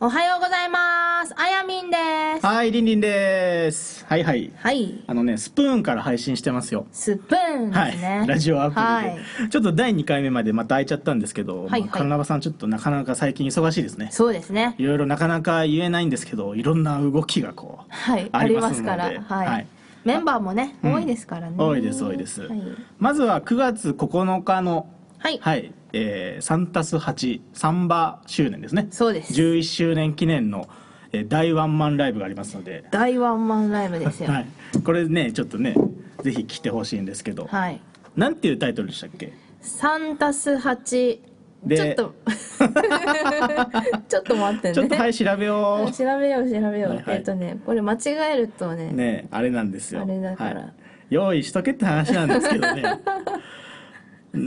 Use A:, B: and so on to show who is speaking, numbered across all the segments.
A: おはようございます。あやみんです。
B: はい、りんりんです。はいはい。
A: はい。
B: あのね、スプーンから配信してますよ。
A: スプーン
B: は
A: で
B: い
A: すね。。
B: ラジオアプ
A: はい
B: リで。ちょっと第2回目までまた空いちゃったんですけど、
A: はいはい
B: まあカルナバさんちょっとなかなか最近忙しいですね。
A: そうですね。
B: いろいろなかなか言えないんですけど、いろんな動きがこう、
A: はい。あ
B: あ
A: り
B: り
A: ま
B: ますすの
A: か
B: で
A: ら。はい。
B: はい
A: メンバーもね、
B: うん
A: 多いですからね。
B: 多いです多いです。
A: はい。
B: まずは9月9日の、
A: はい。
B: はい、えー、3たす8、サンバ周年ですね。
A: そうです。
B: 11周年記念の、えー大ワンマンライブがありますので、
A: 大ワンマンライブですよ。
B: はい。これね、ちょっとね、ぜひ来てほしいんですけど、
A: はい。
B: なんていうタイトルでしたっけ
A: 三足す八。
B: で
A: ちょっ と。ちょっと待ってね。
B: ちょっとはい調べ よ
A: 調べよう調べよう。
B: はいはい
A: えっとね、これ間違えると
B: うねあれなんですよ
A: あれだから
B: はい、用意しとけって話なんですけど ね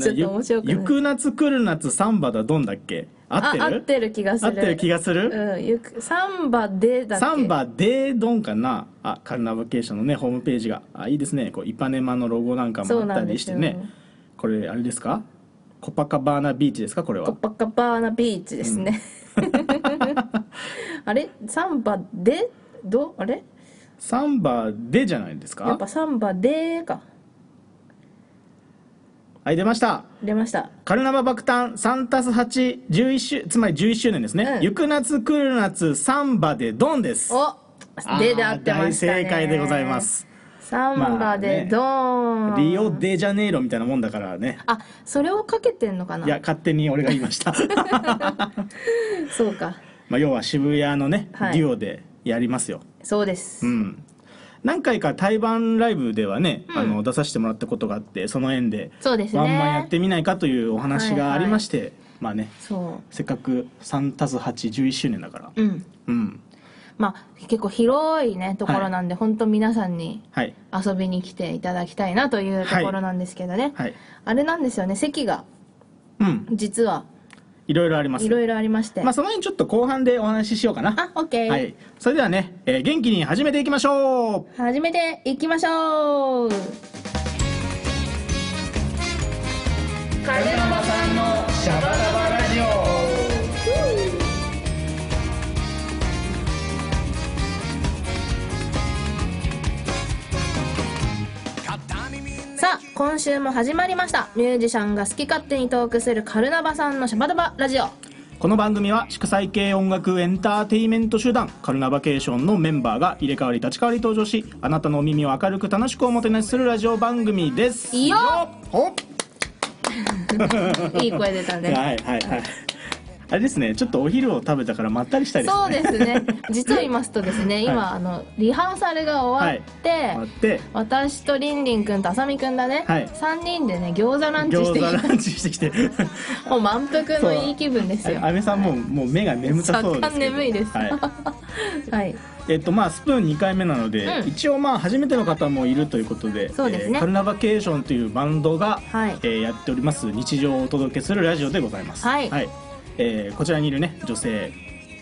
A: ちょっと面白くない
B: ゆゆく夏来る夏サンバだどんだっけ合ってる
A: あ合ってる気がする
B: 合ってる気がする、
A: うん、ゆくサンバでだっけ
B: サンバデードンかなあカルナバケーションのねホームページがあいいですねこうイパネマのロゴなんかもあったりして
A: そう
B: ね
A: なんです
B: これあれですかコパカバーナビーチですかこれ
A: コ
B: は
A: パカバーナビーチですね、あれサンバでどあれ
B: サンバでじゃないです
A: やっ
B: か
A: ぱサンバでか
B: はい出ました
A: 出ました
B: カルナバ爆誕3たす8、11周、つまり11周年ですね。
A: うん
B: ゆく夏来る夏、サンバでドンです。
A: おでで合ってましたね
B: あー大正解でございます。
A: サンバでドーン、
B: リオデジャネイロみたいなもんだからね。
A: あそれをかけてんのかない
B: や、勝手に俺が言いました。
A: そうか
B: まあ、要は渋谷のね、
A: はい
B: デュオでやりますよ。
A: そうです、
B: うん。何回か対バンライブではね、あの出させてもらったことがあって、その縁で、
A: そうですね
B: ワンマンやってみないかというお話がありまして、まあね、
A: そ
B: せっかく3たす8、11周年だから。
A: ううん
B: うん。
A: まあ結構広いねところなんで、本当皆さんに
B: はい。
A: 遊びに来ていただきたいなというところなんですけどね、
B: はい。
A: あれなんですよね席が
B: うん。
A: 実は
B: はいろいろあります
A: いろいろありまして
B: まあその辺ちょっと後半でお話ししようかな
A: あオッケー、
B: はいそれではね、えー元気に始めていきましょう
A: 始めていきましょう
B: カルナバさんのシャバダバラジオ
A: さあ今週も始まりましたミュージシャンが好き勝手にトークするカルナバさんのシャバダバラジ オ
B: この番組は祝祭系音楽エンターテインメント集団カルナバケーションのメンバーが入れ替わり立ち替わり登場しあなたのお耳を明るく楽しくおもてなしするラジオ番組です
A: いいよ
B: ほっ
A: いい声出たね
B: はいはいはいあれですねちょっとお昼を食べたからまったりしたいですね
A: そうです ね実を言いますとですね今、
B: は
A: あのリハーサルが終わって、
B: 待って
A: 私とりんりんくんとあさみくんだね、
B: はい
A: 三3人でね餃子ランチ
B: 餃
A: して
B: 子
A: きた
B: ランチしてきて
A: もう満腹のいい気分ですよ
B: 安倍さんもうもう目が眠たそうですけど
A: 若干眠いです
B: はい、
A: はい
B: えっとまあスプーン2回目なので、
A: うん
B: 一応まあ初めての方もいるということで
A: そうですね
B: えーカルナバケーションというバンドが、
A: はい
B: えーやっております日常をお届けするラジオでございます
A: はい
B: えーこちらにいるね女性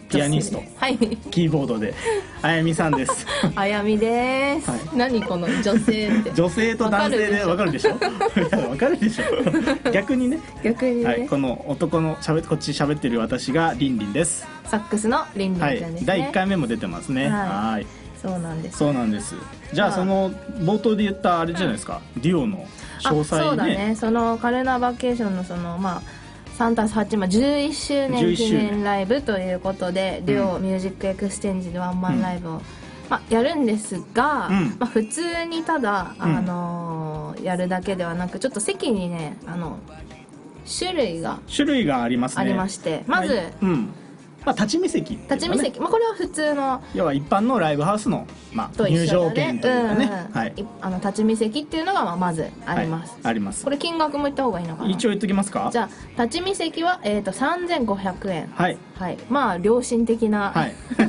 B: ピアニスト
A: はい
B: キーボー ドであやみさんです
A: あやみです、
B: はい
A: 何この女性って
B: 女性と男性でわかるでしょ いやわかるで しょ逆にね
A: 逆にね、
B: はい、この男のしゃべこっち喋ってる私がりんりんです
A: サックスのりんりんちゃ
B: は
A: ん
B: い、
A: ですね、
B: 第1回目も出てますね
A: はい
B: はい
A: そうなんです
B: そうなんですじゃ
A: ま
B: あ
A: あ
B: その冒頭で言ったあれじゃないですか、デュオの
A: あ
B: 詳
A: そう
B: 細
A: だ
B: ね
A: ねそのカルナバケーションのそのまあ3たす8、まあ、11周年
B: 11
A: 記
B: 周年
A: 念ライブということで「デュオミュージックエクスチェンジ」でワンマンライブを、まあ、やるんですが、
B: うん
A: まあ、普通にただ、
B: うん
A: あのーやるだけではなくちょっと席にねあの種類が
B: 種類がありますね
A: ありまして、まず、
B: はいうんまあ、立ち見席っていうかね
A: 立ち見席、まあ、これは普通の
B: 要は一般のライブハウスの、ま
A: と
B: あ、入
A: 一緒だ
B: 場
A: ね
B: 券というかね、
A: うんうん
B: はい
A: いあの立ち見席っていうのがまあまずあります、
B: はいあります
A: これ金額も言った方がいいのかな
B: 一応言っときますか
A: じゃあ立ち見席は、えー、と3500円
B: はい
A: はい、まあ良心的な、
B: はいデ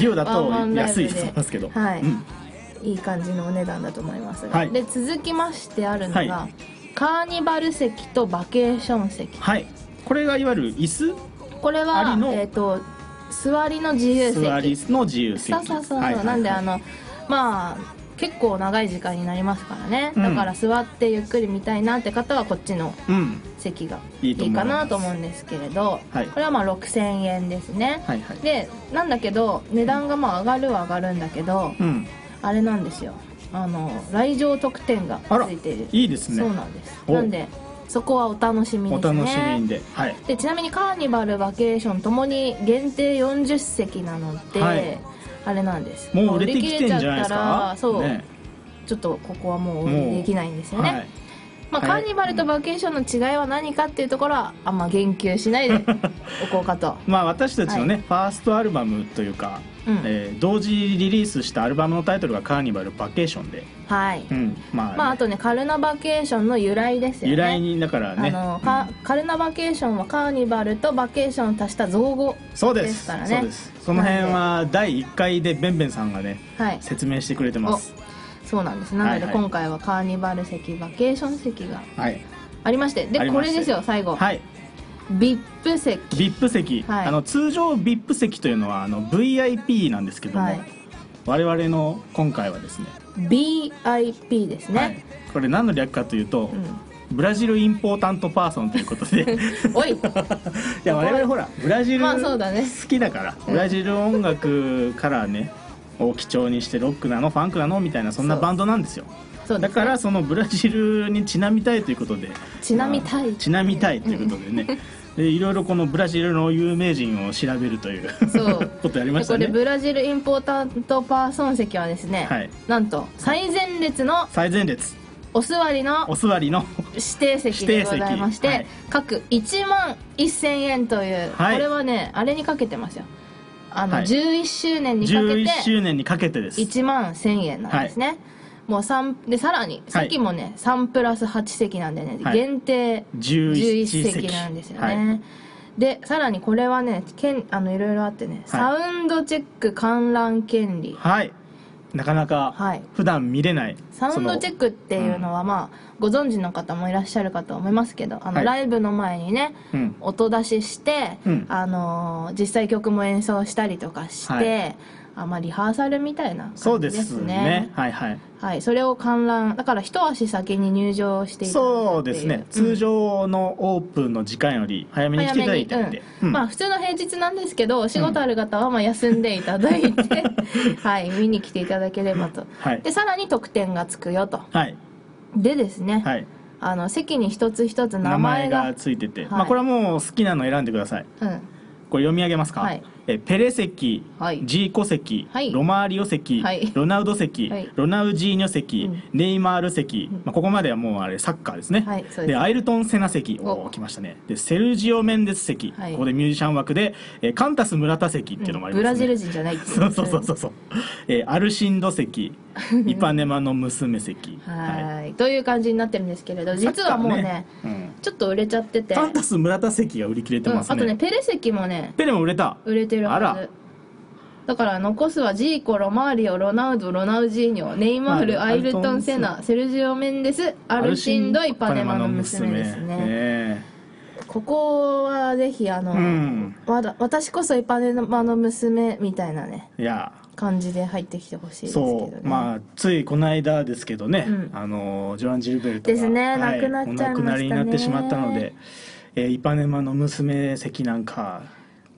B: ュオだ
A: ワンマン
B: と
A: ライブ
B: 安
A: で
B: いと思いますけど
A: はい
B: うん
A: い、い感じのお値段だと思いますが、
B: はい
A: で続きましてあるのが、
B: は
A: カーニバル席とバケーション席
B: はいこれがいわゆる椅子
A: これは
B: ありの
A: えー、と座りの自由席
B: 座りの自由席
A: そうそうそう、
B: はいはいはい
A: なんであのまあ結構長い時間になりますからね、
B: うん
A: だから座ってゆっくり見たいなって方はこっちの
B: うん
A: 席が
B: い
A: い
B: いと思い
A: い
B: ます
A: かなと思うんですけれど
B: はい
A: これはまあ6000円ですね、
B: はいはい
A: でなんだけど値段がまあ上がるは上がるんだけど、
B: うん
A: あれなんですよあの来場特典が
B: あら
A: ついている
B: いいですね
A: そうなんです
B: お
A: なんでそこはお楽しみで
B: お
A: すね
B: 楽しみではい
A: でちなみにカーニバルバケーションともに限定40席なので、
B: はい
A: あれなんです
B: もう売れてきてんじゃないですか
A: 売り切れちゃったらそう、
B: ね
A: ちょっとここはもう売りできないんですよね、
B: はい
A: まあ、
B: はい
A: カーニバルとバケーションの違いは何かっていうところはあんま言及しない でおこうかと
B: まあ、私たちのね、ファーストアルバムというか、
A: うん
B: えー同時リリースしたアルバムのタイトルが「カーニバルバケーションで」
A: はい、
B: うんまあ
A: まあ、あとねカルナバケーションの由来ですよね
B: 由来にだからね
A: あのかカルナバケーションはカーニバルとバケーションを足した造語
B: そうです
A: ですからね
B: そうですその辺は第1回でベンベンさんがね
A: はい
B: 説明してくれて
A: お
B: ます
A: そうなんですなの
B: はいはい
A: で今回はカーニバル席バケーション席が
B: はい、
A: ありまして
B: あり
A: で
B: ま
A: こ
B: して
A: れですよ最後、
B: はい、
A: VIP 席
B: VIP 席、
A: はい
B: あの通常 VIP 席というのはあの VIP なんですけども、
A: はい
B: 我々の今回はですね
A: BIP ですね、
B: はい、これ何の略かというと、ブラジルインポータントパーソンということ で
A: おい
B: いや我々ほらブラジル
A: まあそうだね
B: 好きだから、ブラジル音楽からねを基調にしてロックなのファンクなのみたいなそんな
A: そう
B: バンドなんですよ
A: そうですね
B: だからそのブラジルにちなみたいということで
A: ちなみたい
B: まあちなみたいということでね、でいろいろこのブラジルの有名人を調べるという
A: そう
B: ことやりま
A: で
B: した
A: これ
B: ね
A: ブラジルインポータントパーソン席はですね、
B: はい
A: なんと最前列の
B: 最前列
A: お座りの
B: お座りの
A: 指定席でございまして、
B: 指定
A: 各1万1000円という、
B: はい
A: これはねあれにかけてますよあの、
B: はい
A: 11周年にかけ
B: 11
A: て
B: 周年にかけてです
A: 1万1000円なんですね、もう三でさらに席もね、3プラス8席なんでね
B: はい
A: 限定
B: 11
A: 11
B: 席
A: 席なんですよね、
B: はい
A: でさらにこれはねけんあのいろいろあってね、サウンドチェック観覧権利
B: はいなかな
A: は
B: か
A: い
B: 普段見れない、
A: サウンドチェックっていうのはまあ、ご存知の方もいらっしゃるかと思いますけどあの、
B: はい
A: ライブの前にね、
B: うん
A: 音出しして、
B: うん
A: あのー実際曲も演奏したりとかして、
B: はい
A: あまあリハーサルみたいな
B: そ
A: 感
B: う
A: じ
B: で
A: ですね
B: すねはいはい
A: はい、それを観覧だから一足先に入場していただくってい
B: そうですね、通常のオープンの時間より早めに来ていただいてって、
A: うん
B: うん
A: まあ普通の平日なんですけどお仕事ある方はまあ休んでいただいて、 はい、見に来ていただければと、
B: はい
A: でさらに特典がつくよと
B: はい
A: でですね、
B: はい
A: あの席に一つ一つ名
B: 名前
A: 前が
B: がついてて、
A: はい
B: まあこれはもう好きなの選んでください
A: うん
B: これ読み上げますか、
A: はい
B: えペレ席、
A: はい
B: ジーコ席、
A: はい
B: ロマーリオ席、
A: はい
B: ロナウド席、
A: はい
B: ロナウジーニョ席、
A: うん
B: ネイマール席、まあ、ここまではもうあれサッカーですね、
A: はいそうです
B: アイルトン・セナ席お
A: お
B: お来ましたねでセルジオ・メンデス席、
A: はい
B: ここでミュージシャン枠で、えーカンタス・村田席っていうのもあり
A: ブ
B: ます
A: ラジ
B: ね、
A: ル人じゃないってい
B: そうそうそうそうそう、えーアルシン ド席イパネマの娘席
A: はいという感じになってるんですけれど実はもうね
B: サッカーね
A: ちょっと売れちゃって
B: う
A: て
B: ん、カンタス村田席が売り切れて
A: うん
B: ま
A: あ
B: す
A: と
B: ね,、
A: ねペレ席もね
B: ペレも売れた
A: 売れてるはず
B: あら
A: だから残すはジーコロマーリオロナウドロナウジーニョネイマール
B: まあ
A: アイル
B: アイルト
A: ト
B: ン
A: ン・セナセルジオ・メンデスアルシンド・イパネマの娘ですね
B: ね
A: ここはぜひあの、
B: うん
A: わだ私こそイパネマの娘みたいなね
B: いや
A: 感じで入ってきてほしいですけど
B: そ
A: ね
B: うまあついこの間ですけどね、
A: うん
B: あのジョアン・ジルベルトが
A: ですね
B: はい
A: 亡くなっちゃいましたね
B: お亡くなりになってしまったので、えーイパネマの娘席なんか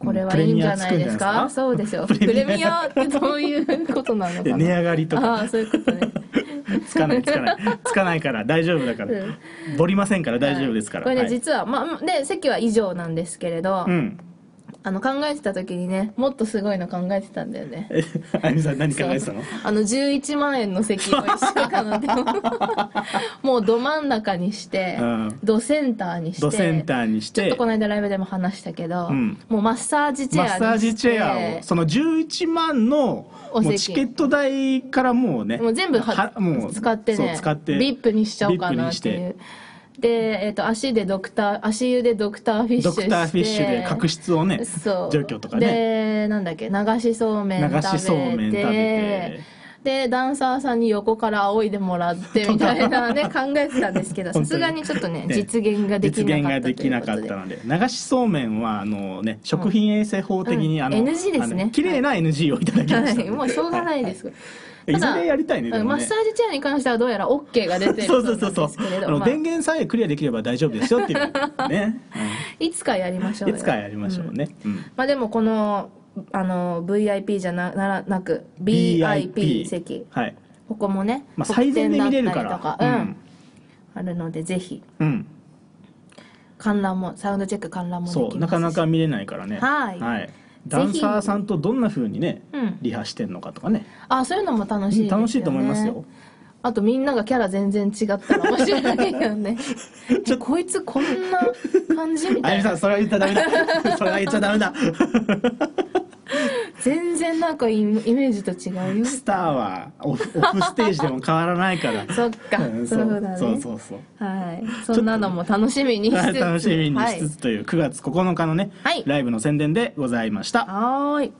A: これは
B: プレ
A: いいん
B: ミ
A: じ
B: ア
A: ゃ
B: つ
A: な
B: く
A: い
B: ん
A: ですかそうですよプ
B: プレ
A: レ
B: ミ
A: ミアってどういうことなの
B: で
A: か
B: 値
A: な
B: 上がりとか
A: ああそういうことね
B: つかないつかない つかないから大丈夫だから、ボリませんから大丈夫ですから、
A: は
B: はいい
A: これね実は、まあ、で席は以上なんですけれど、
B: うん
A: あの考えてた時にねもっとすごいの考えてたんだよね
B: えあゆみさん何考えてたの
A: あの11万円の席を一緒か なってもうど真ん中にして、
B: うん
A: ドセンターにして
B: ドセンターにし
A: ちょってとこの間ライブでも話したけど、
B: うん
A: もうマッサージチェア
B: マ
A: にして
B: ッサージチェアをその11万の
A: お席
B: もうチケット代からもうね
A: もう全部は
B: はもう
A: 使って
B: そう
A: ね
B: 使って
A: ビップにしちゃおうかなって
B: ビッ
A: い
B: プ
A: うで、えっと足でドクター足湯でドクターフィッシュ
B: ド
A: して
B: クターフィッシュで角質をね
A: そう
B: 除去とかね
A: でなんだっけ流しそうめん食べて
B: 流しそうめん食べて
A: ってダンサーさんに横から仰いでもらっ てみたいなね考えてたんですけど
B: 本当
A: さ
B: に
A: すがにちょっとね
B: ね
A: 実現ができ
B: 実
A: な
B: 現
A: か
B: が
A: った
B: で
A: とい
B: き
A: う
B: な
A: こ
B: か
A: と
B: っ
A: で
B: たので流しそうめんはあの、ね、食品衛生法的に、
A: うん
B: あの
A: NG ですね
B: あの綺麗な NG をいただきました、
A: はい、もうしょうがないです。
B: い
A: た
B: ず
A: だ
B: れやりたいねでもね
A: マッサージチェアに関してはどうやら OK が出てる
B: そ
A: そう
B: うそ
A: なんで
B: うそうそう
A: すけれ。
B: あ
A: ど、
B: の
A: まあ
B: 電源さえクリアできれば大丈夫ですよっ ていうね。
A: いつかやりまし
B: う
A: ょ
B: ん
A: う
B: い
A: よ
B: つかやりましょうね。うん
A: まあでもこのあの VIP じゃなならなく
B: BIP
A: BIP 席
B: はい。
A: ここもね、
B: まあ
A: 特
B: 最
A: 典
B: 善で見れる
A: だ
B: か
A: ったりと
B: ら
A: か。うん、あるのでぜひ
B: うん。うん。
A: 観覧もサウンドチェック観覧もできます
B: そう
A: し
B: なかなか見れないからね。
A: はい
B: ダンサーさんとどんな風にね
A: うん
B: リハしてんのかとかね。
A: あそういうのも楽しいですよね、
B: 楽しいと思いますよ。
A: あとみんながキャラ全然違ったら面白いよ ねえこいつこんな感じみ
B: あ
A: た
B: ゆみ
A: い
B: さ
A: なん
B: それは言っちゃダメだ。 それは言っちゃダメだ。
A: 全然なんかイイメージと違う よ
B: スターはオフオフステージでも変わらないから。
A: そっか、
B: うん
A: そうだね
B: そうそうそう。
A: はいそんなのも楽しみにしつつ
B: 楽しみにしつつという9月9日のね
A: はい
B: ライブの宣伝でございました。
A: はーい。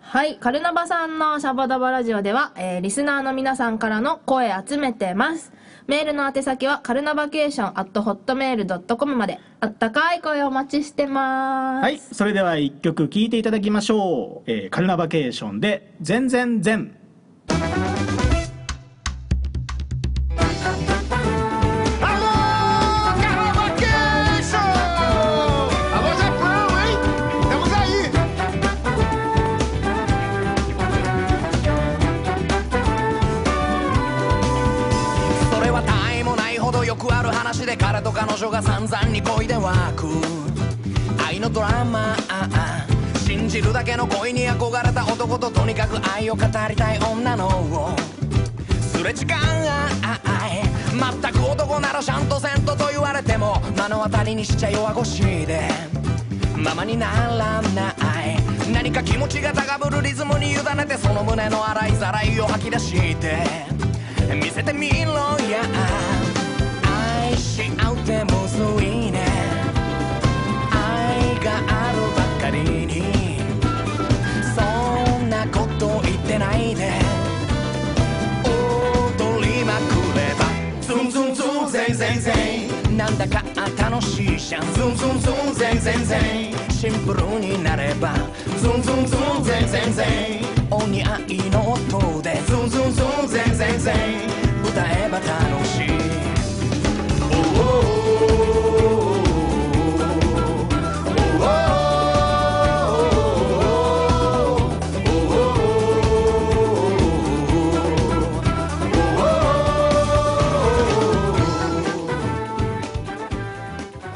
A: はい。カルナバさんのシャバダバラジオでは、えーリスナーの皆さんからの声集めてます。メールの宛先は、カルナバケーション at hotmail.com まで、あったかい声をお待ちしてます。
B: はい、それでは一曲聴いていただきましょう。えーカルナバケーションで、全然全。
C: Alô, Caravacation! Alô, Japão, hein? Estamos aí!
D: 「それは他愛もないほどよくある話で彼と彼女が散々に恋で湧く」「愛のドラマ」「信じるだけの恋に憧れた男ととにかく愛を語りたい女のを」「すれ違う愛」「全く男ならシャンとせんとと言われても目の当たりにしちゃ弱腰で」ままにならない何か気持ちが高ぶるリズムに委ねてその胸の洗いざらいを吐き出して見せてみろや愛し合うってむずいね愛があるばっかりにそんなこと言ってないで踊りまくればズンズンズンゼンゼンゼンなんだか楽しいじゃんズンズンズンゼンゼンゼンシンプルになればズンズンズンゼンゼンゼンお似合いの音でズンズンズンゼンゼンゼン歌えば楽しい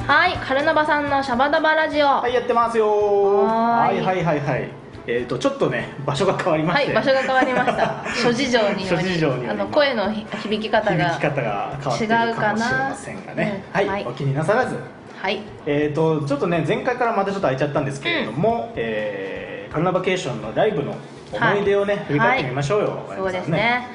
A: はい。カルナバさんのシャバダバラジオ。は
B: はい、
A: い。
B: やってますよ。
A: は
B: は
A: ーい
B: い、はい、はい、はい。えっ、と、ちょっとね、場所が変わりまして。
A: 場所が変わりました。 諸事情によ
B: 諸
A: り、
B: 事情により
A: あの声のひ響き方が
B: 響き方が変わってる
A: 違う
B: か
A: か
B: も
A: な
B: しれませんがね。
A: うん
B: はい、
A: はい
B: お気になさらず。
A: はい。
B: えっ、と、ちょっとね、前回からまたちょっと空いちゃったんですけれども、えーカルナバケーションのライブの思い出をね、
A: はい
B: 振り返ってみましょうよ。
A: そうですね。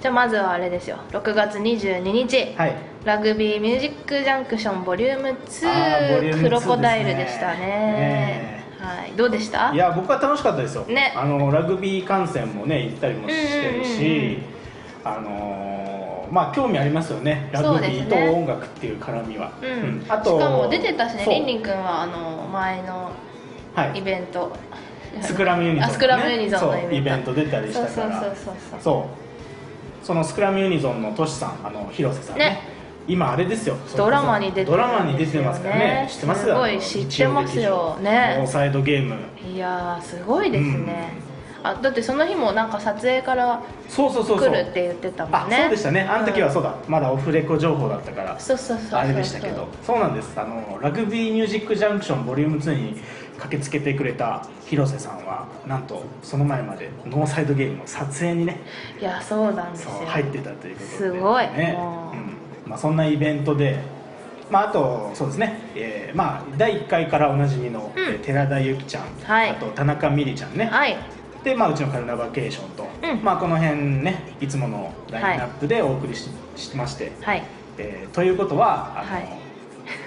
A: じゃあまずはあれですよ。6月22日。
B: うんはい。
A: ラグビーミュージックジャンクションボリューム2
B: あーボリューム2
A: クロコダイルでしたね
B: ね
A: はい、どうでした
B: いや僕は楽しかったですよ、
A: ね
B: あのラグビー観戦もね行ったりもしてるし、
A: うんうんうんうん
B: あのーまあ興味ありますよねラ
A: そ
B: グ
A: う
B: ビ
A: です
B: ー
A: ね
B: と音楽っていう絡みは、
A: うん
B: うんあと
A: しかも出てたしね
B: そう
A: りんりんくんはあの前の
B: は
A: イ
B: い
A: ベント
B: スクラムユニゾン、
A: あスクラムユニゾンのイベン
B: そう
A: ト
B: イベント出たりしたから
A: そうそうそうそう
B: そうそのスクラムユニゾンのトシさんあの広瀬さんね
A: ね
B: 今あれですよ
A: ドラマに出てるんですよね
B: ドラマに出てますからね知ってます
A: すごい知ってますよね
B: ノーサイドゲーム
A: いやーすごいですね、あだってその日もなんか撮影から
B: そうそうそうそ
A: 来
B: う
A: るって言ってたも
B: あ
A: んね
B: そうでしたねあの時はそううだ、まだオフレコ情報だったから
A: んそうそうそうそう
B: あれでしたけどそうなんですあのラグビーミュージックジャンクションボリューム2に駆けつけてくれた広瀬さんはなんとその前までノーサイドゲームの撮影にね
A: いやそうなんです
B: そ
A: よ
B: う入ってたということです
A: ごい
B: ね
A: もう
B: うんまあ、そんなイベントで、まあ、あとそうですね、えーまあ、第1回からおなじみの、
A: うん
B: えー寺田由紀ちゃん、
A: はい
B: あと田中みりちゃんね、
A: はい
B: で、まあ、うちのカルナバケーションと、
A: うん
B: まあ、この辺ねいつものラインナップでお送りし,、してまして、
A: はい
B: えーということはあの、
A: はい そうなんですよ
B: ああの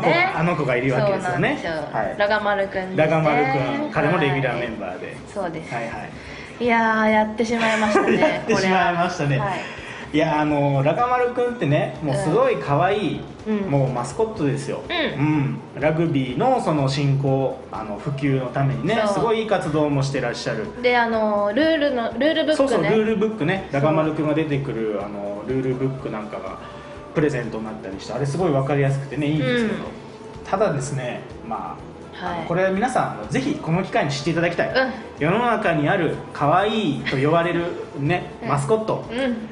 B: 子
A: ね
B: あの子がいるわけです
A: そ
B: よね
A: うなんですよ
B: はい
A: ラガマルくんですね
B: ラガマル君彼もレギュラーメン
A: ー
B: バーで、
A: そうです、
B: はいはい
A: いやーやってしまいました ね
B: やって
A: こ
B: し
A: れは
B: まいましたね、
A: はいい、
B: やあのラガマル君ってねもうすごい可愛い、
A: うん
B: もうマスコットですよ、
A: うん
B: ラグビーのその振興あの普及のためにね
A: そう
B: すごいいい活動もしてらっしゃる
A: であのルールのルールブック
B: そ
A: ね
B: うそうルールブックねラガマル君が出てくるあのルールブックなんかがプレゼントになったりしてあれすごい分かりやすくてねいいんですけど、
A: うん
B: ただですねまあ
A: はい
B: これは皆さんあのぜひこの機会に知っていただきたい、
A: うん
B: 世の中にある可愛いと呼ばれる、ね
A: うん
B: マスコット、
A: うん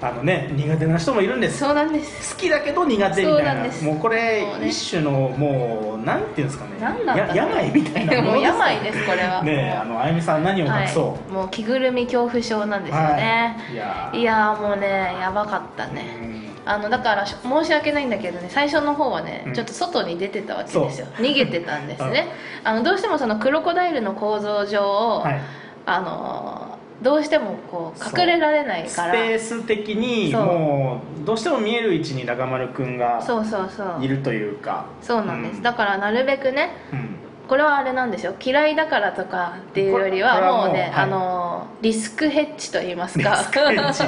B: あのね苦手な人もいるんです
A: そうなんです
B: 好きだけど苦手みた
A: そ
B: いうな
A: なんです
B: もうこれ
A: そうね
B: 一種のもうなんていうんですかね
A: なんなんだろ
B: や
A: う
B: 病みたいなもの
A: もう
B: ですから
A: 病ですこれは
B: ねえあのあゆみさん何を
A: は
B: 隠
A: い
B: そ、
A: もう着ぐるみ恐怖症なん
B: う
A: ですよ
B: は
A: ね、
B: い、いやー
A: い、やーもうねやばかったね、
B: うん
A: あのだからし申し訳ないんだけどね最初の方はね、
B: うん
A: ちょっと外に出てたわけですよ逃げてたんです ね、あのどうしてもそのクロコダイルの構造上、
B: はい
A: あのーどうしてもこう隠れられない
B: ス
A: から
B: ペース的に
A: そう
B: もうどうしても見える位置にラガマルくんが
A: そうそうそ
B: いうるというか
A: そうなんです、
B: うん
A: だからなるべくね
B: うん
A: これはあれなんですよ嫌いだからとかっていうより
B: これこれは
A: は
B: もう
A: もうね
B: はい
A: あのーリスクヘッジと言いますか
B: リスクヘッジ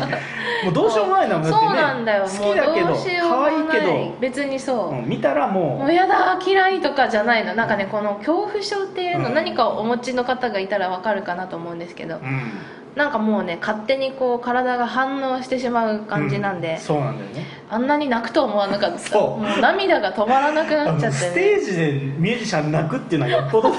B: もうどうしようもないなもんだっ てね
A: そうなんだよ
B: 好きだけど
A: もうどうしようも
B: 可愛い
A: ない
B: けど
A: 別にそう、
B: うん見たらも
A: もうやだ嫌いとかじゃないのなんかねこの恐怖症っていうの、
B: うん
A: 何かをお持ちの方がいたらわかるかなと思うんですけど、
B: う、うん、
A: なんかもうね勝手にこう体が反応してしまう感じなんで、
B: うそうなんだよね
A: あんなに泣くと思わなかった
B: そう
A: もう涙が止まらなくなっちゃ
B: あの
A: っ
B: ス
A: てね
B: テージでミュージシャン泣くっていうのはよっぽどい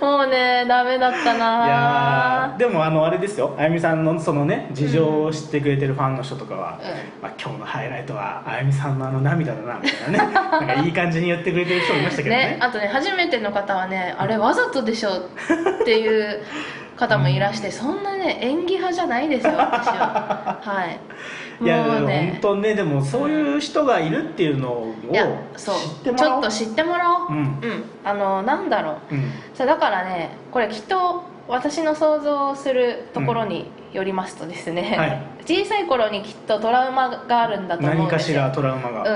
A: もうねダメだった
B: や
A: な
B: ーでもあのあれですよあゆみさんのそのね事情を知ってくれてるファンの人とかは、
A: う
B: まあ、今日のハイライトはあゆみさんのあの涙だなみた いなねなんかいい感じに言ってくれてる人もいましたけど
A: ね
B: ね、
A: あとね初めての方はねあれわざとでしょっていう方もいらして、そんなね演技派じゃないですよ私ははい
B: いや
A: もうね
B: 本当ねでもそういう人がいるっていうのを
A: い
B: 知
A: やそう
B: っても
A: ち
B: ら
A: ょ
B: お
A: っ
B: う
A: と知ってもらおう
B: う
A: うんん、あのなんだろう
B: うん
A: そうだからねこれきっと私の想像するところによりますとですね、
B: うんはい
A: 小さい頃にきっとトラウマがあるんだと思う
B: 何
A: んで
B: か
A: す
B: し
A: よ
B: らトラウマが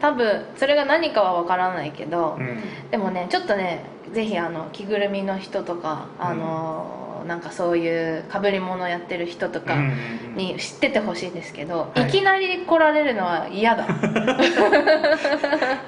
A: 多分それが何かはわからないけど、
B: うん
A: でもねちょっとねぜひあの着ぐるみの人とかあの、なんかそういうかぶり物やってる人とか
B: うんうんうん
A: に知っててほしいんですけど、
B: はい
A: いきなり来られるのは嫌 だ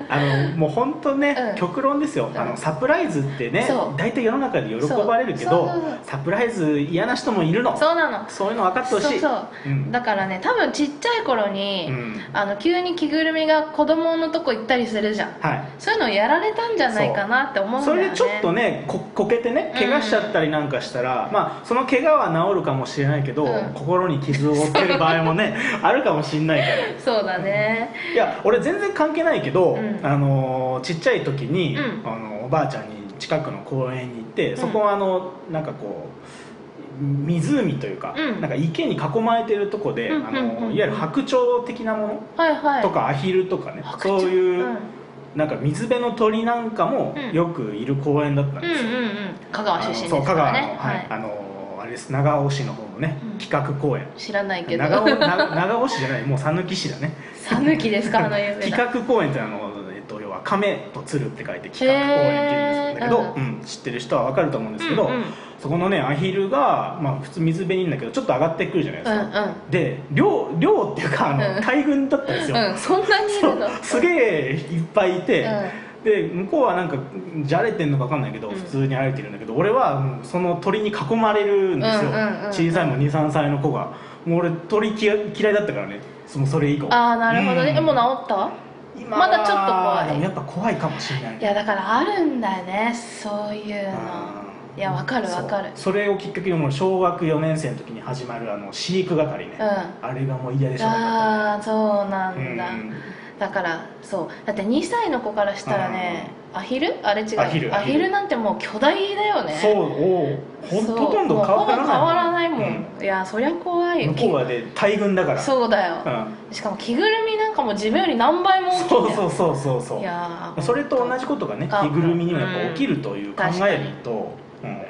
B: あのもう本当ね、
A: うん
B: 極論ですよ、
A: ん
B: あのサプライズってね
A: そう
B: 大体世の中で喜ばれるけど
A: そうそうそうそう
B: サプライズ嫌な人もいるの
A: そうなの
B: そういうの分かって
A: そう
B: ほしい
A: そう、
B: うん
A: だからね多分ちっちゃい頃に、
B: うん
A: あの急に着ぐるみが子供のとこ行ったりするじゃん、
B: はい
A: そういうのをやられたんじゃないかなって思うんだ
B: そ
A: よね
B: れでちょっとねここけてね怪我しちゃったりなんかしたら、まあ、その怪我は治るかもしれないけど、
A: うん
B: 心に傷を負ってる場合 もねあるかもしれないから
A: そうだね
B: いや俺全然関係ないけど、
A: うん
B: あのーちっちゃい時に、
A: うん
B: あのおばあちゃんに近くの公園に行って
A: ん
B: そこはあのなんかこう湖というか,、
A: うん
B: なんか池に囲まれてるとこで、
A: うん
B: あの
A: うんうん
B: いわゆる白鳥的なも
A: はいは
B: の
A: い
B: とか、アヒルとかね
A: 白
B: そう
A: 鳥
B: いう、
A: ん
B: なんか水辺の鳥なんかも
A: うん
B: よくいる公園だったん
A: うん
B: ですよ、
A: うんうん香川
B: あ
A: 出
B: の
A: 身です
B: そう香
A: か
B: 川
A: ら
B: の、
A: ね
B: はい
A: はい
B: あのーあれです長尾市の方のね、
A: うん
B: 企画公園
A: 知らないけど
B: 長尾な長尾市じゃないもう讃岐市 だね
A: 讃岐ですかあの有名
B: 企
A: な
B: 画公園ってあの、えっと、要は亀と鶴って書いて企画公園って言うんですけ
A: へ
B: ど、
A: ー
B: うん知ってる人は分かると思うんですけど、
A: うんうん
B: そこのねアヒルが、まあ、普通水辺にいるんだけどちょっと上がってくるじゃないですか、
A: うん
B: で漁漁っていうかあの、
A: うん
B: 大群だったんですよ、
A: うん、うん、そんなにいるの
B: そうすげえいっぱいいて、で向こうはなんかじゃれてんのか分かんないけど、
A: うん
B: 普通に歩いてるんだけど俺はもうその鳥に囲まれるんですよ、
A: うんうんうん
B: 小さいもん23歳の子がもう俺鳥き嫌いだったからねそのそれ以降
A: ああなるほどね、
B: うん
A: えもう治った
B: 今
A: まだちょっと怖い
B: でもやっぱ怖いかもしれない
A: いやだからあるんだよねそういうの
B: うん
A: いやわかるわかる
B: そうそれをきっかけにもう小学4年生の時に始まるあの飼育係ね、
A: う
B: あれがもう嫌でしょうがなかっ
A: ああそうなんだ、
B: うん
A: だからそうだって2歳の子からしたらねアヒルあれ違う
B: アヒル
A: なんてもう巨大だよね
B: たそうおうほん
A: そう
B: ほとんど変わらない
A: もうほぼ変わらないも
B: うん
A: ん、いやそりゃ怖いよ
B: 向こうはで大群だから
A: そうだよ、
B: う
A: しかも着ぐるみなんかも自分より何倍も大きいんだよ
B: ん、そうそうそうそうそう
A: いやー
B: それと同じことがね
A: あ
B: 着ぐるみにもやっぱ起きるという考
A: うん
B: えると、うん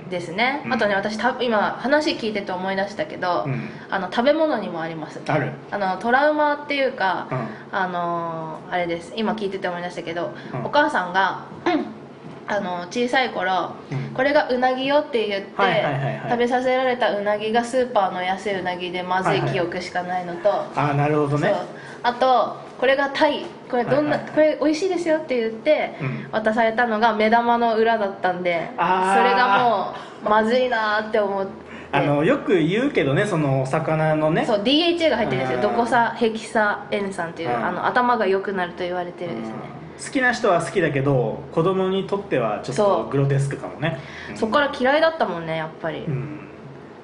A: ですね、
B: うん
A: あとね私た今話聞いてて思い出したけど、
B: うん
A: あの食べ物にもあります
B: ある
A: あのトラウマっていうか、
B: うん
A: あのーあれです今聞いてて思い出したけど、
B: うん
A: お母さんが、あの小さい頃、これがうなぎよって言って、
B: はいはいはいはい
A: 食べさせられたうなぎがスーパーの安いうなぎでまず
B: はい
A: い
B: はい
A: 記憶しかないのと、
B: ああなるほどね
A: そうあとこれがタイこれどんな、
B: はいはい
A: これ美味しいですよって言って
B: うん
A: 渡されたのが目玉の裏だったんで、
B: あー
A: それがもうまずいなーって思って
B: あのよく言うけどねそのお魚のね
A: そう DHA が入ってるんです
B: う
A: よ
B: ん
A: ドコサヘキサエン酸っていう、
B: うん
A: あの頭が良くなると言われてるですね、
B: 好きな人は好きだけど子供にとってはちょっ
A: そ
B: と
A: う
B: グロテスクかもねうん
A: そこから嫌いだったもんねやっぱり、
B: うん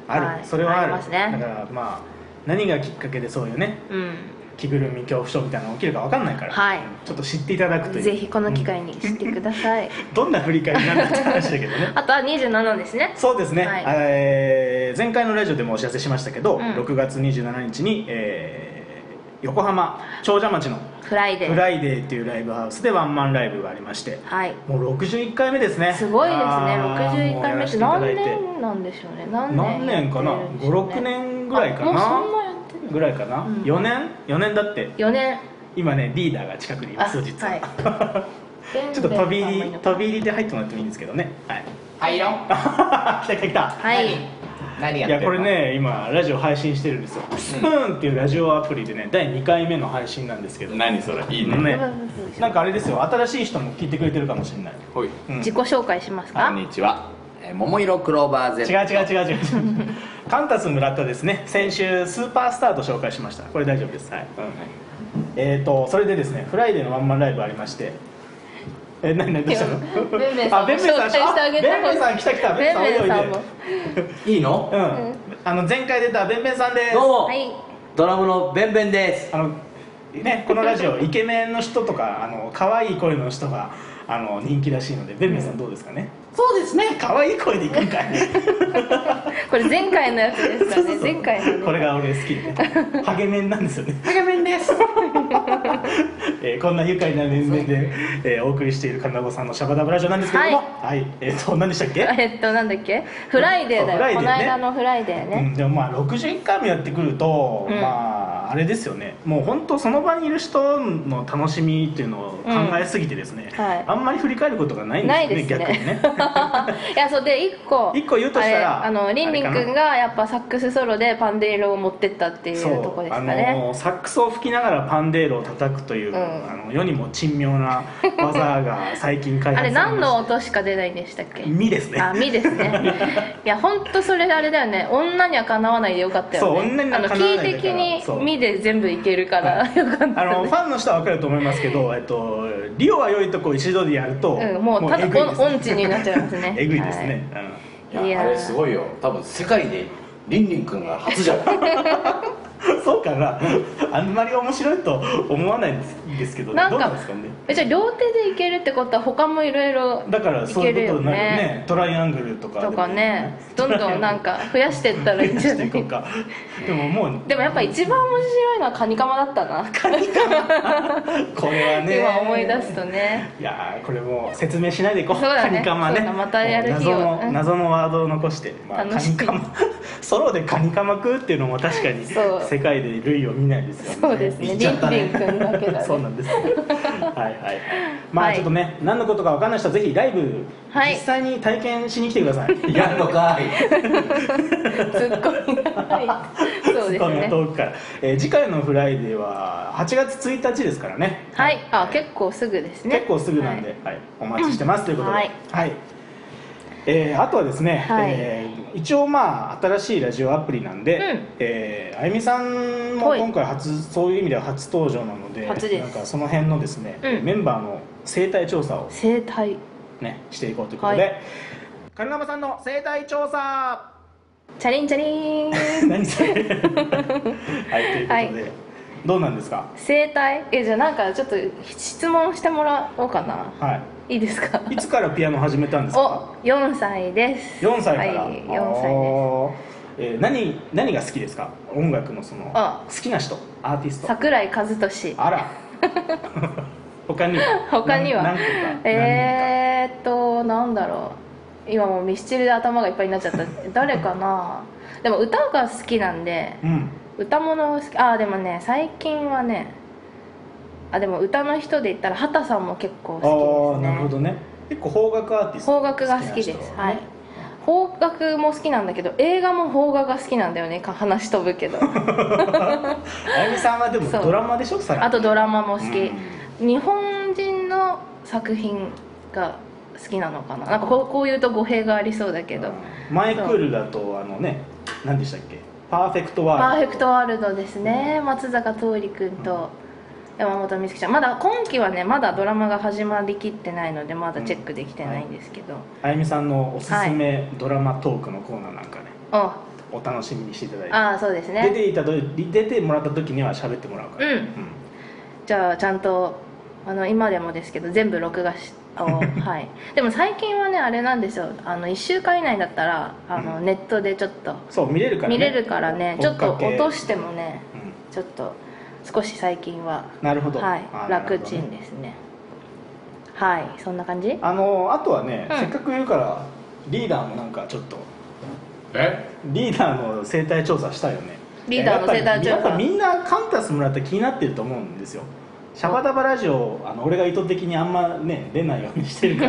B: ある、
A: はい
B: それはある
A: ありますね
B: だからまあ何がきっかけでそういうね
A: うん、
B: 着ぐるみ恐怖症みたいなのが起きるか分かんないから、
A: はい
B: ちょっと知っていただくという
A: ぜひこの機会にしてください
B: うんどんな振り返りなんだって話だけどね
A: あとは27ですね
B: そうですね、
A: はい
B: えー前回のラジオでもお知らせしましたけど、
A: うん
B: 6月27日に、えー横浜長者町の
A: フライデー
B: フライデーっていうライブハウスでワンマンライブがありまして
A: はい
B: もう61回目ですね
A: すごいですね
B: あー
A: 61回目って
B: もうや
A: 何
B: らせていただいて
A: 年なんでしょうね何
B: 何
A: 年やってるんでしょうね
B: 年かな56年ぐらいかな
A: あもうそんなやってる
B: ぐらいかな、
A: うん
B: 4年4年だって
A: 4年
B: 今ねリーダーが近くにいます実は、
A: はい
B: ちょっと飛び
A: 全
B: 入
A: 然
B: り飛び入りで入ってもらってもいいんですけどねはい
C: 入ろん
B: 来た来た来た
A: はい
C: 何や
B: い
C: って
B: や
C: んの
B: これね今ラジオ配信してるんですよスプーンっていうラジオアプリでね第2回目の配信なんですけど
D: 何それいいね
B: ねなんかあれですよ新しい人も聞いてくれてるかもしれない、
D: ほい
B: うん
A: 自己紹介します
D: こ
A: か
D: んにちはえー桃色クローバー Z
B: 違う違う違う 違う違うカンタス村田ですね先週スーパースターと紹介しましたこれ大丈夫ですはい、えー、とそれでですねフライデーのワンマンライブありましてえ何何どうしたの
A: ベンベンさんも
B: ベンベンさん
A: 紹介してあげた
B: ベンベンさん来た来
A: ベ
B: た
A: ンベンさんも
D: いい
B: お
D: の
B: いでうん、あの前回出たベンベンさんです
D: どうも
A: はい
D: ドラムのベンベンです
B: あのねこのラジオイケメンの人とかあの可愛い声の人があの人気らしいのでベンベンさんどうですかね
D: そうですね
B: 可愛い声でいくんかい
A: これ前回のやつですからね前回のね
B: これが俺好きで励めんなんですよね励めんです、 えーこんな愉快な面々で、えーお送りしている金子さんのシャバダブラジオなんですけれどもはい、えっ、と何でしたっけ
A: えっとなんだっけフライデーだ
B: そうフライ
A: よこ
B: デーね
A: の間のフライデー
B: う
A: ね
B: ん、でもまあ61回もやってくると、
A: うん
B: まああれですよねもう本当その場にいる人の楽しみっていうのを考えすぎてですね、
A: うんはい
B: あんまり振り返ることがないん
A: ないで
B: ですすよね
A: ね
B: 逆に ね
A: いやそうで一個
B: 一個言うとしたら
A: あれあのりんりんくんがやっぱサックスソロでパンデーロを持ってったっていうとこですか
B: あ
A: ね
B: のサックスを吹きながらパンデールを叩くという、
A: ん
B: あの世にも珍妙な技が最近開
A: あ
B: 発
A: れ何の
B: の
A: 音しか出ないんでしたっけ
B: みですね
A: あみです ねいや本当それあれだよね女にはかなわないでよかったよね
B: そう女に
A: あ
B: は
A: の
B: かなわ
A: キ
B: な
A: ー
B: いで
A: 的
B: そう
A: にみで全部いけるからよかったね
B: あのファンの人は分かると思いますけど、えっと、リオは良いとこ一度でやると、
A: うんもうただ
B: えぐいですね
A: 音痴になっちゃいます ね
B: えぐいですね、うん
D: いや
A: いやー
D: あれすごいよ多分世界でリンリン君が初じ ゃない
B: そうかな、あんまり面白いと思わないんですけど、
A: なん
B: どうな
A: か
B: んですかね。
A: えじゃあ両手でいけるってことは他もいろいろ
B: だからそういうことになるよ
A: いける
B: ねトライアングルとかで
A: と
B: も
A: かねどんどんなんか増やしてったらいいんじゃ
B: し
A: な
B: て
A: い
B: いこうかでももう
A: でもやっぱ一番面白いのはカニカマだったな
B: これはね
A: 今思い出すとね
B: いやーこれもう説明しないでいこう
A: そうだね
B: カニカマね
A: そうだまたやる日を
B: もう謎
A: う
B: の
A: ん
B: 謎のワードを残して、まあ、カ
A: 楽し
B: ニ
A: み
B: カマ ソロでカニカマ食うっていうのも確かに
A: そう
B: 世界で類を見ないですよね
A: そうですね
B: 言っちゃった
A: リンリン君だけだね
B: そうなんですはいはいはいまあ、
A: はい
B: ちょっとね何のことか分かんない人はぜひライブ、
A: はい
B: 実際に体験しに来てください
D: やるのかい
A: ツッコミが ない そうです
B: こんな
A: ね
B: 遠くから、えー次回の「フライデーは8月1日ですからね
A: はいあ結構すぐですね
B: 結構すぐなんで、
A: はい
B: はいお待ちしてますということで、
A: は
B: はいいえーあとはですね、
A: はい
B: えー一応まあ新しいラジオアプリなんで、
A: うん
B: えーあゆみさんも
A: はい
B: 今回初そういう意味では初登場なので
A: 初です
B: なんかその辺のですね、
A: うん
B: メンバーの生態調査を、
A: 生態
B: ね、していこうということで、
A: は
B: カルナバさんの生態調査
A: チャリンチャリン
B: 何それ はいということで、
A: はい
B: どうなんですか
A: 生態えじゃあなんかちょっと質問してもらおうかな
B: はい
A: いいですか
B: いつからピアノ始めたんですか
A: お4歳です
B: 4歳から、
A: はい、4歳で
B: 歳です、えー何何が好きですか音楽のその
A: あ
B: 好きな人アーティス
A: す
B: ト
A: 桜井和俊
B: あら他には
A: 他には
B: 何何個か何人か
A: えー、っとなんだろう今もうミスチルで頭がいっぱいになっちゃった誰かなでも歌が好きなんで
B: うん
A: 歌物を好きああでもね最近はねあでも歌の人で言ったら畑さんも結構
B: ああ
A: 好きですね
B: なるほどね結構邦楽アーティスト
A: 邦楽が好きです
B: 好きな人
A: はい邦楽も好きなんだけど映画も邦画が好きなんだよねか 話飛ぶけど
B: あゆみさんはでも
A: そう
B: ドラマでしょさらに
A: あとドラマも好き、日本人の作品が好きなのかななんかこうこういうと語弊がありそうだけど、
B: マイクールだとあのね何でしたっけパーフェクトワール
A: パ
B: ド
A: ーフェクトワールドですね松坂桃李君と山本美月ちゃんまだ今期はねまだドラマが始まりきってないのでまだチェックできてないんですけど、
B: あゆみさんのおすすめドラマトークのコーナーなんかね、
A: あ
B: お楽しみにしていただいて
A: ああそうです
B: 出
A: ね
B: ていたと出てもらった時には喋ってもらうから、
A: うんじゃあちゃんとあの今でもですけど全部録画しあ のはいでも最近はねあれなんですよあの1週間以内だったらあのネットでちょっと
B: そう見れるからね
A: 見れるからねちょっと落と
B: し、
A: してもね
B: うん
A: ちょっと少し最近は
B: なるほど、
A: はい楽ちん
B: で
A: ですねはいそんな感じ
B: あのあとはね、
A: うん
B: せっかく言うからリーダーもなんかちょっと
D: え
B: リーダーの生態調査したよね
A: リーダーの生態調査
B: やっぱりやっぱみんなカンタスもらって気になってると思うんですよシャバダバラジオあの俺が意図的にあんまね出ないようにしてるか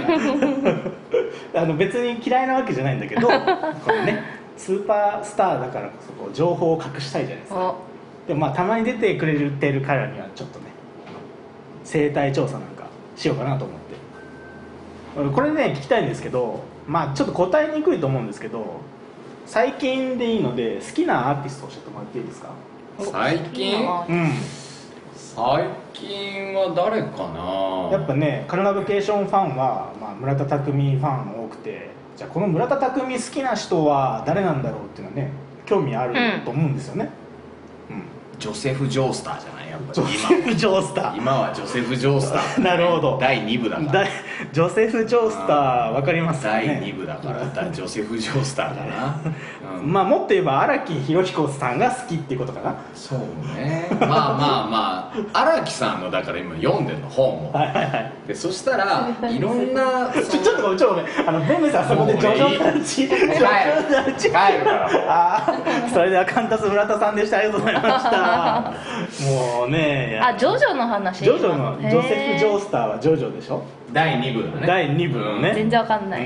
B: ら あの別に嫌いなわけじゃないんだ けどこのねスーパースターだからこそこう情報を隠したいじゃないですか
A: お
B: でもまあたまに出てくれてるからにはちょっとね生態調査なんかしようかなと思ってうんこれね聞きたいんですけどまあちょっと答えにくいと思うんですけど最近でいいので好きなアーティストを教えてもらっていいですか
D: 最近
A: あ
B: うん
D: 最近は誰かな
B: やっぱねカルナバケーションファンは、まあ、村田匠ファン多くてじゃあこの村田匠好きな人は誰なんだろうっていうのはね興味あると思うんですよね、うん
D: ジョセフ・ジョースターじゃないやっぱ
B: ジ
D: り
B: ョセフ・ジョースタ
D: 今
B: ー
D: 今はジョセフ・ジョースタ ー
B: なるほど
D: 第2部だから
B: だジョセフ・ジョースターわかりますかね
D: 第2部だからだジョセフ・ジョースターだな、 うん
B: まあもっと言えば荒木博彦さんが好きっていうことかな
D: そうねまあまあまあ荒木さんのだから今読んでるの本を
B: はいはいはい
D: でそし たらいろんなその
B: ちょちょっとごめんちょっとごめんあのベムさんそこでジョジョタッチジョジョタッチ
D: 帰るからもう
B: ああそれではカンタス村田さんでしたありがとうございましたもうね
A: ジョジョの話
B: ジョジョのジ
A: へー
B: ョセフ・ジョースターはジョジョでしょ
D: 第2部だね
B: 第2部のね
A: 全然わかんない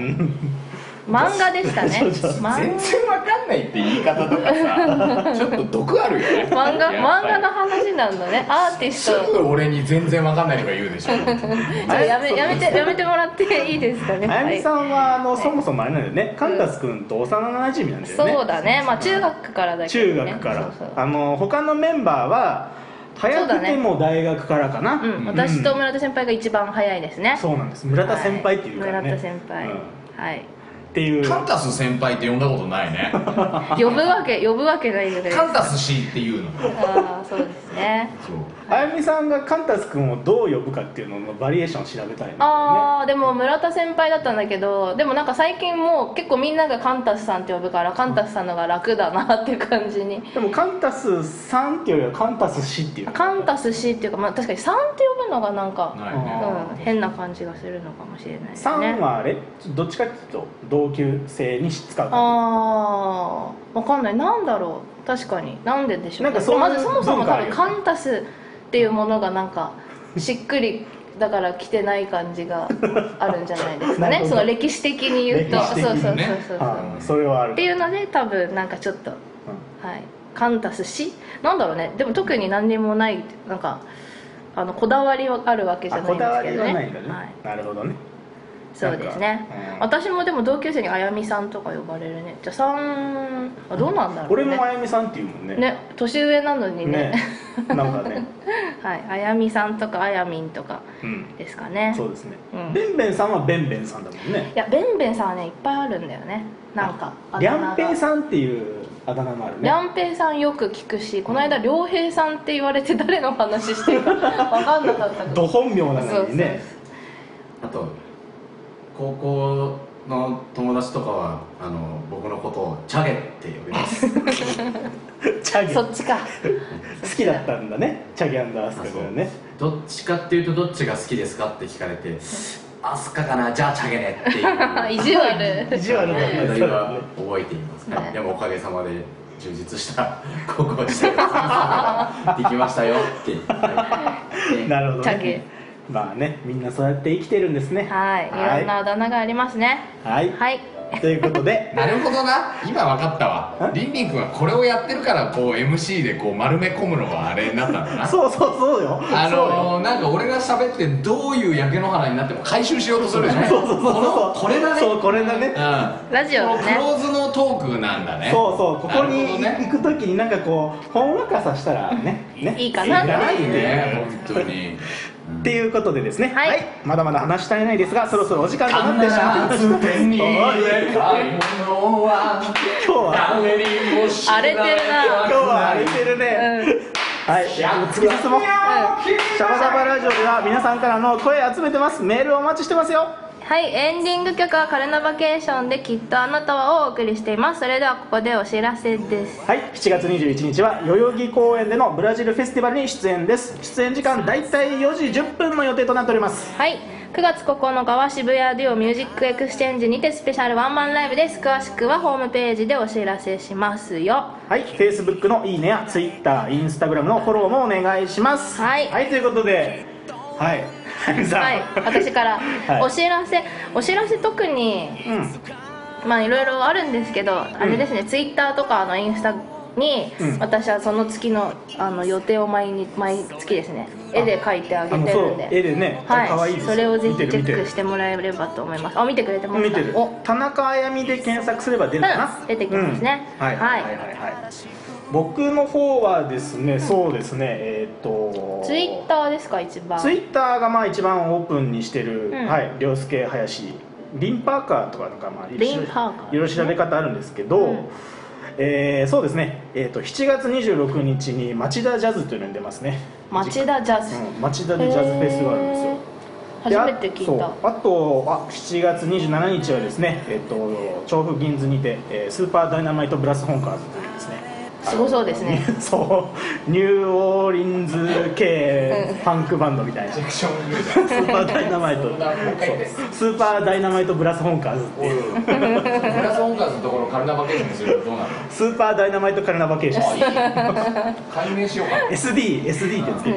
A: 漫画でしたね
B: ジョジョ
A: 漫
D: 全然わかんないって言い方とかさちょっと毒あるよね
A: 漫画
D: やっ
A: 漫
D: ぱり
A: 画の話なんだねアーティス
D: す
A: ト
D: ぐ俺に全然わかんないとか言うでしょ
A: ちょっとやめやめてやめてもらっていいですかね。
B: あやみさ
A: はい
B: んはあのそもそもあれなんだよねカンタス君と幼馴染みなんだよね
A: そうだね。まあ中学からだけ
B: 中
A: どね。
B: 学から
A: そうそう
B: あの他のメンバーは早くても大学からかな、
A: うん、私と村田先輩が一番早いですね。
B: そうなんです村田先輩っていうからね、
A: はい村田先輩、
B: うんっ
A: はい。
B: ていう
D: カンタス先輩って呼んだことな いね
A: 呼ぶわけ呼ぶわけないじゃないです
D: カン
A: か。
D: タス氏っていうの
A: ああそうですね。
D: そう
B: あやみさんがカンタス君をどう呼ぶかっていうののバリエーションを調べたいのね
A: ああでも村田先輩だったんだけどでもなんか最近もう結構みんながカンタスさんって呼ぶからカンタスさんのが楽だなっていう感じに
B: でもカンタスさんっていうよりはカンタス氏っていう
A: カンタス氏っていうかまあ確かにさんって呼ぶのがなんか、
D: ない
B: あ
D: ね
A: うん、変な感じがするのかもしれないです
B: さん
A: ね
B: はあれどっちかっていうと同級生に使う
A: あーわかんないなんだろう確かになんででしょう
B: なんかそういう
A: まずそもそも
B: 文化
A: 多
B: あるよ
A: 分
B: ね
A: カンタスっていうものがなんかしっくりだから来てない感じがあるんじゃないですか
B: なる
A: ね
B: ほど
A: その歴史的に言うと、
B: 歴史
A: そう
B: 的
A: そうそ
B: に
A: う
D: ね
A: そうそう
B: あーそれはある
A: っていうので多分なんかちょっとはいカンタスしなんだろうねでも特に何にもないなんかあのこだわりはあるわけじ
B: あ
A: ゃない
B: こ
A: ん
B: だわ
A: ですけ
B: り
A: ど
B: は
A: ね
B: ないんだね、
A: はい
B: なるほどね
A: そうですね
B: なんかうん
A: 私もでも同級生にあやみさんとか呼ばれるねじゃあさんあどうなんだろう
B: 俺
A: ね
B: もあやみさんっていうもんね
A: ね年上なのにね
B: なんかね、
A: はいあやみさんとかあやみんとか
B: うん、
A: ですかね
B: そうですね、
A: うん
B: べんべんさんはべんべんさんだもんね
A: いやべんべんさんはねいっぱいあるんだよねなんか
B: りゃんぺい
A: ん
B: さんっていうあだ名もある
A: り
B: ね
A: ゃんぺいさんよく聞くしこの間良平さんって言われて誰の話して るか分かんなかったけ
B: ど
A: ど
B: 本名な
A: そ
B: の
A: うそう
B: にね
D: あと高校の友達とかはあの僕のことをチャゲって呼びます
B: チャゲ
A: そ
B: 好
A: っちか
B: きだったんだねチャゲアンダースカがね
D: どっちかっていうとどっちが好きですかって聞かれてアスカかなじゃあチャゲねってい
A: 意
D: う
A: 地悪
B: 意地悪だっ
D: く
B: た
D: だ
B: ね
D: りは覚えていますね
A: ね
D: でもおかげさまで充 実した高校時代ができましたよって、はい
B: なるほど、ね、
A: チャゲ
B: まあねみんなそうやって生きてるんですね
E: はい、いろんなあだ名がありますね。
B: はい、
E: はい、
B: ということ で
F: なるほどな今分かったわりんりんくんはこれをやってるからこう MC でこう丸め込むのがあれになったんだな
B: そうそうそうよ
F: あ
B: そうよ
F: のー、なんか俺が喋ってどういう焼け野原になっても回収しようとするじゃん
B: そうそうそう
F: このこれだね
B: そうこれだね、
F: うん
E: ラジオですね
F: このクローズのトークなんだね
B: そうそうここに
F: なるほどね
B: 行く時になんかこうほんわかさしたらねね
E: いいかなって
B: ない
F: い
B: ん
F: ね
B: で
F: 本当に
B: っていうことでですね
E: はい
B: まだまだ話したいないですがそろそろお時間となってしまいました
F: 手に入れたいものは
B: 今日は
F: 誰にも知られ
E: 荒れてるな
B: 今日は荒れてるね、はい、突き進もう、シャバダバラジオでは皆さんからの声集めてますメールお待ちしてますよ
E: はい、エンディング曲はカルナバケーションできっとあなたはをお送りしています。それではここでお知らせです。
B: はい、7月21日は代々木公園でのブラジルフェスティバルに出演です出演時間大体4時10分の予定となっております
E: はい、9月9日は渋谷デュオミュージックエクスチェンジにてスペシャルワンマンライブです。詳しくはホームページでお知らせしますよ。
B: はい、Facebook のいいねや Twitter、Instagram のフォローもお願いします
E: はい
B: ということではい、は
E: はい、私か ら、
B: はい
E: お知らせ、お知らせ特に、
B: うん
E: まあいろいろあるんですけど、あれですね、ツイッターとかあのインスタに、
B: うん
E: 私はその月のあの予定を毎日毎月ですね、絵で描いてあげ
B: あの
E: て
B: そ
E: るん
B: う
E: で。
B: 絵でね、可
E: は
B: 愛い
E: い、
B: です
E: それをぜ
B: 見てる
E: ひチェ
B: 見て
E: ッ
B: る
E: クしてもらえればと思います。あ、見てくれてますか。
B: 見てる
E: お、
B: 田中あやみで検索すれば出るかな、
E: うん出てきますね
B: うんはいは
E: はいい
B: はいはい、僕の方はですね、そうですねえーっと
E: ツイッターですか一番。
B: ツイッターがまあ一番オープンにしてる、
E: うん
B: はい凌介林リンパーカーとかなんかまあいろいろ
E: リンパーカー
B: いろいろ調べ方あるんですけど、
E: うん
B: えーそうですね、えー、と7月26日に町田ジャズというのに出ますね、
E: 町田ジャズ。
B: うん、町田でジャズフェスがあるんですよ
E: へー。初めて聞い
B: で
E: た
B: あ。そうあとあ7月27日はですね、えっと調布銀座にて、えースーパーダイナマイトブラスホンカーズというですね
E: すごそうですね
B: あの そうニューオーリンズ系パンクバンドみ たいなスーパーダイナマイトそうスーパーダイナマイトブラスホンカーズって
F: おい
B: い
F: お
B: う
F: いブラス音楽のところカルナバケーションにするとどうなの
B: スーパーダイナマイトカルナバケーシ ョン
F: 解明しようか
B: SDSD ってつける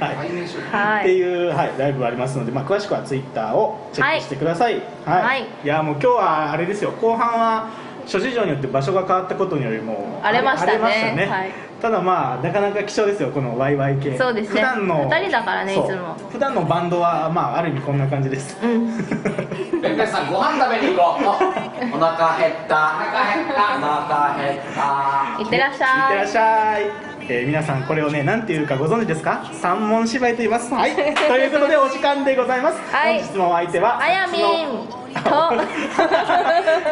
B: はい
F: 解明しよう
E: は
B: って
E: い。
B: いう、はい、ライブありますので、まあ、詳しくはツイッターをチェックしてください、はい
E: はいい、
B: やもう今日はあれですよ後半は諸事情によって場所が変わったことによりも
E: 荒れましたね
B: 荒
E: はい
B: ただまあなかなか貴重ですよこのワイワイ系
E: そうですね
B: 普段の
E: 二人だからね
B: そう
E: いつも
B: 普段のバンドはまあある意味こんな感じです
E: うん。
F: ベンベンさんご飯食べに行こう
D: お腹減ったお腹減ったお腹減った
E: いってらっし
B: いって
E: ゃ
B: ら
E: い
B: っ。しゃい、えー皆さんこれをね何ていうかご存知ですか三文芝居と言います はいということでお時間でございます、
E: はい
B: 本日のお相手は
E: あやみん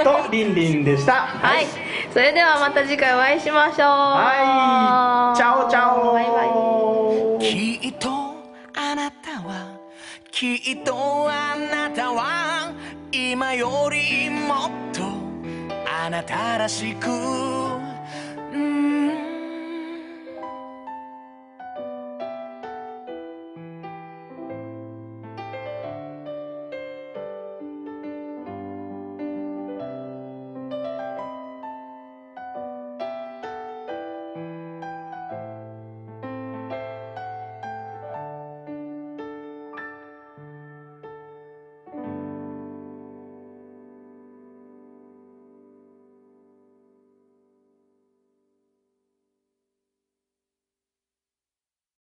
E: と
B: とりんりんでした
E: はい、それではまた次回お会いしましょう。
B: はいチャオチャオ
E: バイバイ。
C: きっとあなたはきっとあなたは今よりもっとあなたらしく